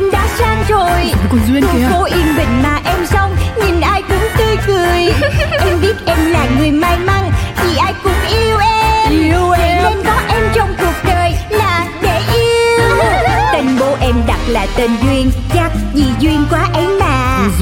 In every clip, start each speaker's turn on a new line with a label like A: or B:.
A: À.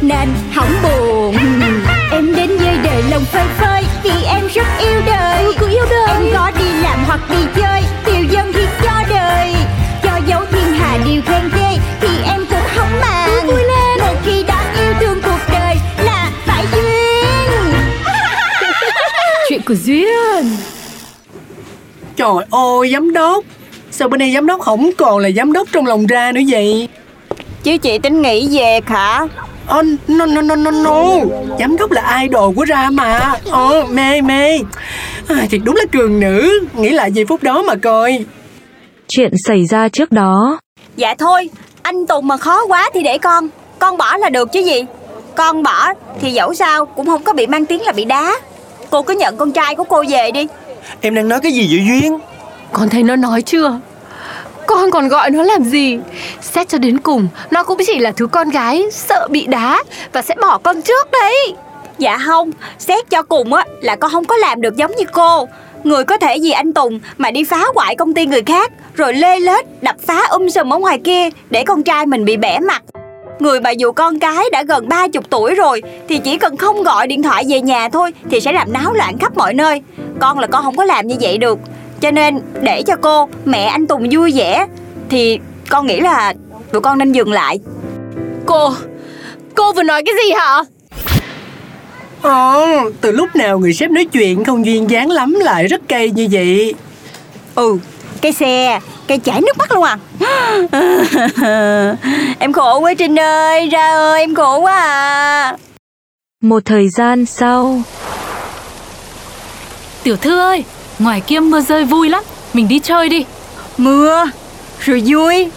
B: nên hỏng buồn Em đến với đời lòng phơi phới Vì em rất yêu đời
C: cứ yêu đời.
B: Em có đi làm hoặc đi chơi Tiêu dân thì cho đời Cho dấu thiên hà điều khen ghê Thì em cũng không màng vui lên Một khi đã yêu thương cuộc đời Là phải duyên
C: Chuyện của Duyên
D: Trời ơi giám đốc Sao bên đây giám đốc không còn là giám đốc trong lòng ra nữa vậy
B: Chứ chị tính nghĩ về hả?
D: Ờ, no, no, no, no, no Giám đốc là idol của ra mà Ờ, mê, mê à, Thiệt đúng là trường nữ Nghĩ lại giây phút đó mà coi
A: Chuyện xảy ra trước đó,
B: Dạ thôi, anh Tùng mà khó quá thì để con Con bỏ là được chứ gì Con bỏ thì dẫu sao cũng không có bị mang tiếng là bị đá Cô cứ nhận con trai của cô về đi
E: Em đang nói cái gì vậy Duyên
C: Con thấy nó nói chưa Con còn gọi nó làm gì Xét cho đến cùng Nó cũng chỉ là thứ con gái Sợ bị đá Và sẽ bỏ con trước đấy
B: Dạ không, xét cho cùng á là con không có làm được giống như cô Người có thể vì anh Tùng mà đi phá hoại công ty người khác Rồi lê lết, đập phá um sùm ở ngoài kia Để con trai mình bị bẻ mặt Người mà dù con cái đã gần 30 tuổi rồi Thì chỉ cần không gọi điện thoại về nhà thôi Thì sẽ làm náo loạn khắp mọi nơi Con là con không có làm như vậy được Cho nên để cho cô, mẹ anh Tùng vui vẻ Thì con nghĩ là tụi con nên dừng lại
C: Cô Cô vừa nói cái gì hả
D: Ờ, từ lúc nào người sếp nói chuyện không duyên dáng lắm lại rất cay như vậy
B: Ừ, cái xe, cái chảy nước mắt luôn à Em khổ quá Trinh ơi, ra ơi, em khổ quá à
A: một thời gian sau,
F: Tiểu thư ơi, ngoài kia mưa rơi vui lắm, mình đi chơi đi.
B: Mưa, rồi vui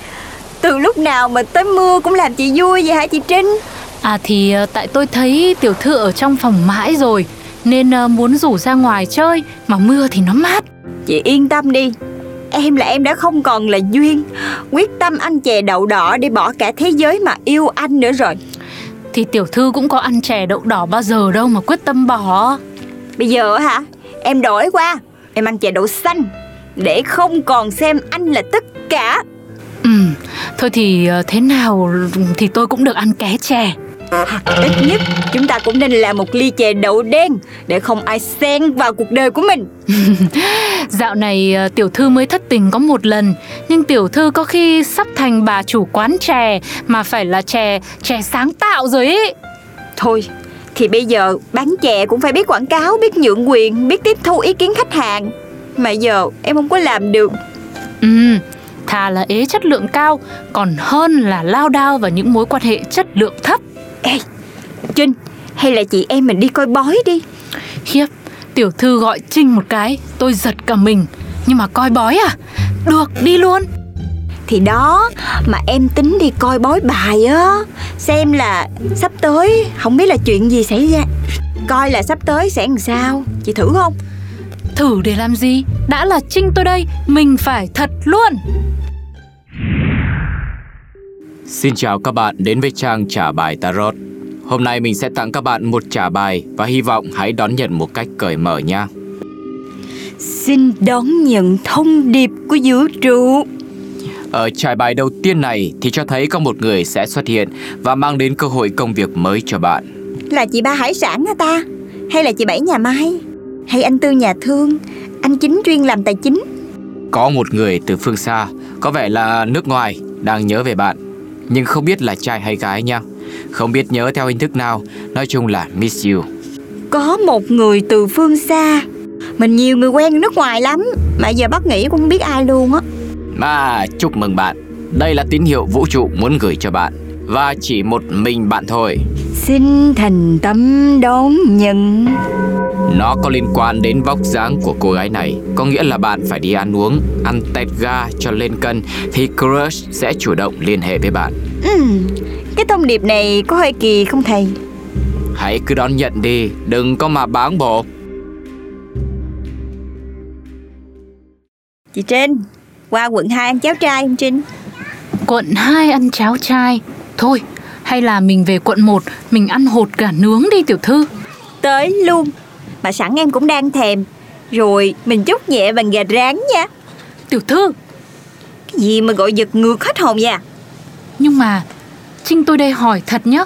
B: Từ lúc nào mà tới mưa cũng làm chị vui vậy hả chị Trinh
F: À thì ờ, tại tôi thấy tiểu thư ở trong phòng mãi rồi, nên ờ, muốn rủ ra ngoài chơi, mà mưa thì nó mát.
B: Chị yên tâm đi Em là em đã không còn là duyên Quyết tâm ăn chè đậu đỏ để bỏ cả thế giới mà yêu anh nữa rồi
F: Thì tiểu thư cũng có ăn chè đậu đỏ bao giờ đâu mà quyết tâm bỏ.
B: Bây giờ hả, em đổi qua Em ăn chè đậu xanh Để không còn xem anh là tất cả
F: Ừ, thôi thì ờ, thế nào thì tôi cũng được ăn ké chè.
B: Ít nhất chúng ta cũng nên làm một ly chè đậu đen Để không ai xen vào cuộc đời của mình
F: Dạo này ờ, tiểu thư mới thất tình có một lần, nhưng tiểu thư có khi sắp thành bà chủ quán chè mà phải là chè chè sáng tạo rồi ấy.
B: Thôi thì bây giờ bán chè cũng phải biết quảng cáo Biết nhượng quyền, biết tiếp thu ý kiến khách hàng Mà giờ em không có làm được
F: Ừ, thà là ế chất lượng cao còn hơn là lao đao vào những mối quan hệ chất lượng thấp.
B: Ê Trinh hay là chị em mình đi coi bói đi
F: Khiếp, tiểu thư gọi Trinh một cái, tôi giật cả mình. Nhưng mà coi bói à? Được, đi luôn.
B: Thì đó mà em tính đi coi bói bài á Xem là sắp tới không biết là chuyện gì xảy ra Coi là sắp tới sẽ làm sao Chị thử không
F: Thử để làm gì? Đã là Trinh tôi đây, mình phải thật luôn.
G: Xin chào các bạn đến với trang trả bài Tarot. Hôm nay mình sẽ tặng các bạn một trả bài và hy vọng hãy đón nhận một cách cởi mở nha.
B: Xin đón nhận thông điệp của vũ trụ
G: Ở trải bài đầu tiên này thì cho thấy có một người sẽ xuất hiện và mang đến cơ hội công việc mới cho bạn.
B: Là chị ba hải sản hả ta Hay là chị bảy nhà mai Hay anh tư nhà thương Anh chính chuyên làm tài chính
G: Có một người từ phương xa, có vẻ là nước ngoài, đang nhớ về bạn. Nhưng không biết là trai hay gái nha. Không biết nhớ theo hình thức nào, nói chung là miss you.
B: Có một người từ phương xa Mình nhiều người quen ở nước ngoài lắm Mà giờ bắt nghĩ cũng không biết ai luôn á
G: Mà chúc mừng bạn, đây là tín hiệu vũ trụ muốn gửi cho bạn. Và chỉ một mình bạn thôi.
B: Xin thành tâm đón nhận
G: Nó có liên quan đến vóc dáng của cô gái này Có nghĩa là bạn phải đi ăn uống Ăn tẹt ga cho lên cân Thì crush sẽ chủ động liên hệ với bạn
B: Ừm, Cái thông điệp này có hơi kỳ không thầy
G: Hãy cứ đón nhận đi Đừng có mà báng bổ
B: Chị Trinh Qua quận 2 ăn cháo trai không Trinh
F: Quận 2 ăn cháo chai Thôi hay là mình về quận 1 Mình ăn hột gà nướng đi tiểu thư
B: Tới luôn Mà sẵn em cũng đang thèm Rồi mình chút nhẹ bằng gà rán nha
F: Tiểu thư
B: Cái gì mà gọi giật ngược hết hồn à? nha
F: Nhưng mà Trinh tôi đây hỏi thật nhá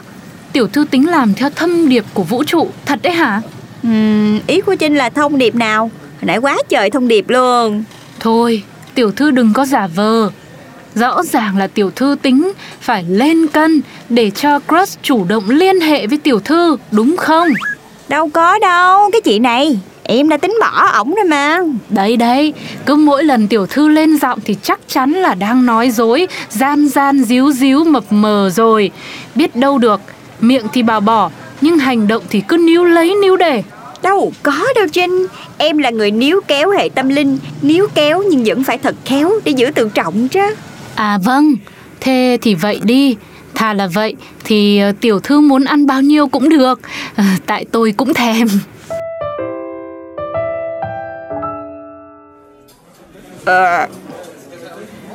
F: Tiểu thư tính làm theo thâm điệp của vũ trụ Thật đấy hả
B: Ừm, Ý của Trinh là thông điệp nào Hồi nãy quá trời thông điệp luôn
F: Thôi tiểu thư đừng có giả vờ Rõ ràng là tiểu thư tính Phải lên cân Để cho crush chủ động liên hệ với tiểu thư Đúng không
B: Đâu có đâu Cái chị này Em đã tính bỏ ổng rồi mà
F: Đấy đấy, cứ mỗi lần tiểu thư lên giọng thì chắc chắn là đang nói dối, gian gian díu díu mập mờ rồi. Biết đâu được, miệng thì bảo bỏ, nhưng hành động thì cứ níu lấy níu để.
B: Đâu có đâu Trinh Em là người níu kéo hệ tâm linh Níu kéo nhưng vẫn phải thật khéo Để giữ tự trọng chứ
F: À vâng, thế thì vậy đi. Thà là vậy thì ờ, tiểu thư muốn ăn bao nhiêu cũng được, Ờ, tại tôi cũng thèm.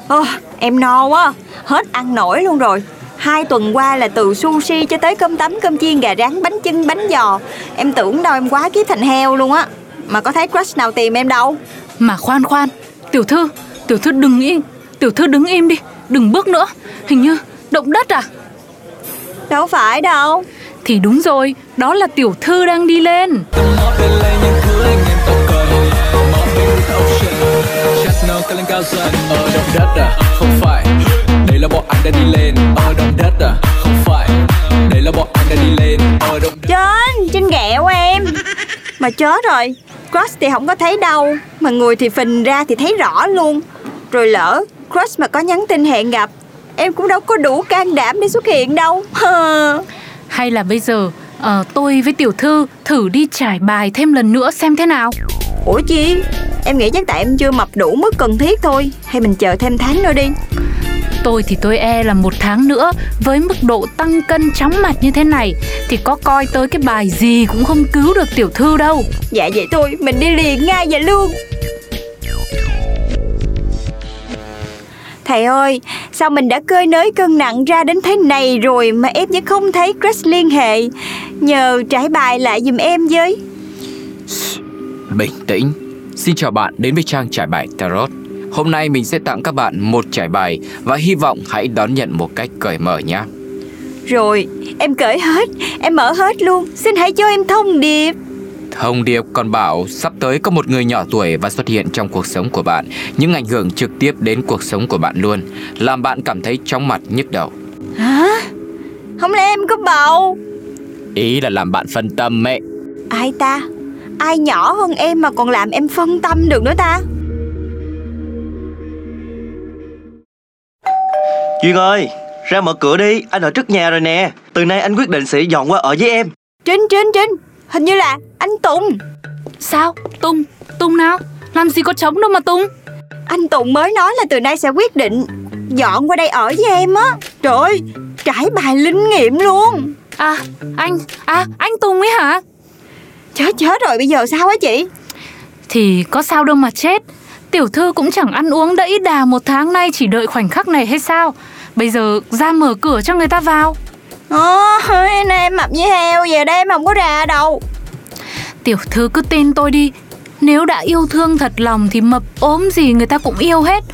B: Ờ, em no quá Hết ăn nổi luôn rồi Hai tuần qua là từ sushi cho tới cơm tấm, cơm chiên, gà rán, bánh chưng, bánh giò Em tưởng đâu em quá ký thành heo luôn á Mà có thấy crush nào tìm em đâu
F: Mà khoan khoan, tiểu thư, tiểu thư đừng im, tiểu thư đứng im đi, đừng bước nữa. Hình như động đất à?
B: Đâu phải đâu
F: Thì đúng rồi, đó là tiểu thư đang đi lên.
H: Chắc nó có lên cao dần ở động đất à không phải đây là bọn anh đã đi lên ở động đất à không phải đây là bọn anh đã đi lên ở động đất
B: Trên, trên ghẹo em Mà chết rồi Crush thì không có thấy đâu Mà người thì phình ra thì thấy rõ luôn Rồi lỡ crush mà có nhắn tin hẹn gặp Em cũng đâu có đủ can đảm để xuất hiện đâu
F: Hay là bây giờ ờ, tôi với tiểu thư thử đi trải bài thêm lần nữa xem thế nào.
B: Ủa chi Em nghĩ chắc tại em chưa mập đủ mức cần thiết thôi Hay mình chờ thêm tháng nữa đi
F: Tôi thì tôi e là một tháng nữa với mức độ tăng cân chóng mặt như thế này thì có coi tới cái bài gì cũng không cứu được tiểu thư đâu.
B: Dạ vậy thôi Mình đi liền ngay và luôn Thầy ơi, sao mình đã cơi nới cân nặng ra đến thế này rồi mà em vẫn không thấy crush liên hệ? Nhờ trải bài lại giùm em với.
G: Bình tĩnh. Xin chào bạn đến với trang trải bài Tarot. Hôm nay mình sẽ tặng các bạn một trải bài và hy vọng hãy đón nhận một cách cởi mở nhé.
B: Rồi, em cởi hết, em mở hết luôn. Xin hãy cho em thông điệp.
G: Thông điệp còn bảo sắp tới có một người nhỏ tuổi và xuất hiện trong cuộc sống của bạn, những ảnh hưởng trực tiếp đến cuộc sống của bạn luôn, làm bạn cảm thấy chóng mặt nhức đầu.
B: Hả? Không lẽ em có bầu?
G: Ý là làm bạn phân tâm mẹ.
B: Ai ta? Ai nhỏ hơn em mà còn làm em phân tâm được nữa ta?
E: Duyên ơi, ra mở cửa đi, anh ở trước nhà rồi nè. Từ nay anh quyết định sẽ dọn qua ở với em.
B: Trinh, Trinh, Trinh. Hình như là anh Tùng.
F: Sao? Tung, tung nào? Làm gì có trống đâu mà tung.
B: Anh Tùng mới nói là từ nay sẽ quyết định dọn qua đây ở với em á. Trời ơi, trải bài linh nghiệm luôn.
F: À, anh, à, anh Tùng ấy hả?
B: Chết chết rồi, bây giờ sao á chị?
F: Thì có sao đâu mà chết Tiểu thư cũng chẳng ăn uống đẫy đà một tháng nay Chỉ đợi khoảnh khắc này hay sao Bây giờ ra mở cửa cho người ta vào
B: Ồ, hôm nay em mập như heo, về đây em không có ra đâu.
F: Tiểu thư cứ tin tôi đi Nếu đã yêu thương thật lòng Thì mập ốm gì người ta cũng yêu hết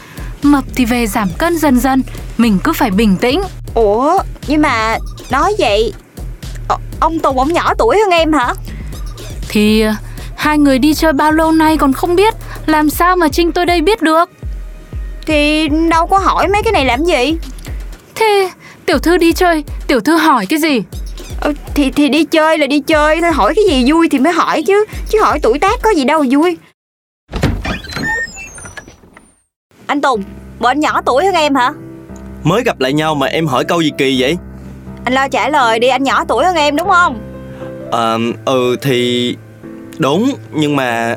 F: Mập thì về giảm cân dần dần Mình cứ phải bình tĩnh
B: Ủa, nhưng mà nói vậy o- Ông Tùng ông nhỏ tuổi hơn em hả?
F: Thì ờ, hai người đi chơi bao lâu nay còn không biết Làm sao mà Trinh tôi đây biết được
B: Thì đâu có hỏi mấy cái này làm gì
F: Thế tiểu thư đi chơi Tiểu thư hỏi cái gì
B: Ờ, Thì thì đi chơi là đi chơi thôi Hỏi cái gì vui thì mới hỏi chứ Chứ hỏi tuổi tác có gì đâu mà vui Anh Tùng, bộ anh nhỏ tuổi hơn em hả?
E: Mới gặp lại nhau mà em hỏi câu gì kỳ vậy?
B: Anh lo trả lời đi, anh nhỏ tuổi hơn em đúng không?
E: Ờ, ừ thì... Đúng, nhưng mà...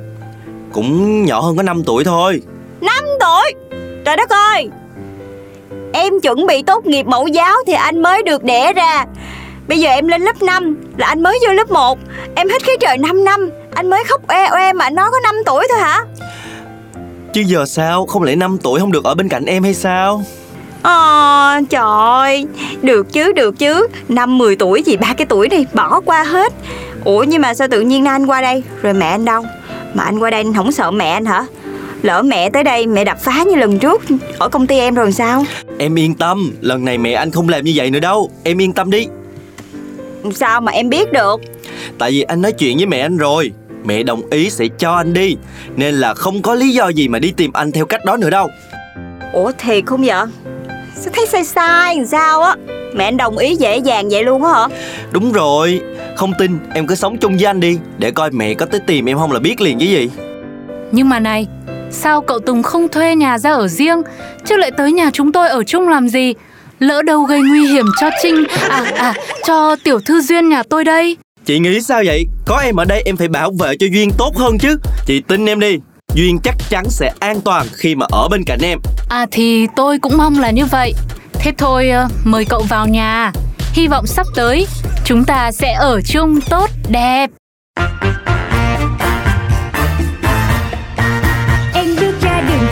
E: Cũng nhỏ hơn có 5 tuổi thôi.
B: 5 tuổi Trời đất ơi Em chuẩn bị tốt nghiệp mẫu giáo thì anh mới được đẻ ra Bây giờ em lên lớp 5 là anh mới vô lớp 1 Em hít khí trời 5 năm Anh mới khóc oe oe mà anh nói có 5 tuổi thôi hả
E: Chứ giờ sao Không lẽ 5 tuổi không được ở bên cạnh em hay sao
B: Ờ, trời ơi, được chứ, được chứ Năm 10 tuổi gì ba cái tuổi này bỏ qua hết Ủa nhưng mà sao tự nhiên nay anh qua đây Rồi mẹ anh đâu Mà anh qua đây anh không sợ mẹ anh hả Lỡ mẹ tới đây mẹ đập phá như lần trước Ở công ty em rồi sao
E: Em yên tâm Lần này mẹ anh không làm như vậy nữa đâu Em yên tâm đi
B: Sao mà em biết được
E: Tại vì anh nói chuyện với mẹ anh rồi Mẹ đồng ý sẽ cho anh đi Nên là không có lý do gì mà đi tìm anh theo cách đó nữa đâu
B: Ủa thiệt không vậy Sao thấy sai sai làm sao á Mẹ anh đồng ý dễ dàng vậy luôn á hả
E: Đúng rồi Không tin em cứ sống chung với anh đi Để coi mẹ có tới tìm em không là biết liền chứ gì
F: Nhưng mà này, sao cậu Tùng không thuê nhà ra ở riêng, chứ lại tới nhà chúng tôi ở chung làm gì? Lỡ đâu gây nguy hiểm cho Trinh, à à, cho tiểu thư duyên nhà tôi đây.
E: Chị nghĩ sao vậy Có em ở đây em phải bảo vệ cho Duyên tốt hơn chứ Chị tin em đi Duyên chắc chắn sẽ an toàn khi mà ở bên cạnh em
F: À thì tôi cũng mong là như vậy. Thế thôi ờ, mời cậu vào nhà. Hy vọng sắp tới chúng ta sẽ ở chung tốt đẹp.
B: Em bước ra đường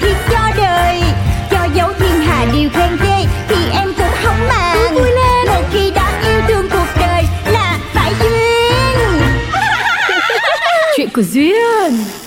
B: thì cho đời Cho dấu thiên hà điều khen ghê Thì em cũng không màng vui lên Một khi đã yêu thương cuộc đời Là phải duyên
C: Chuyện của Duyên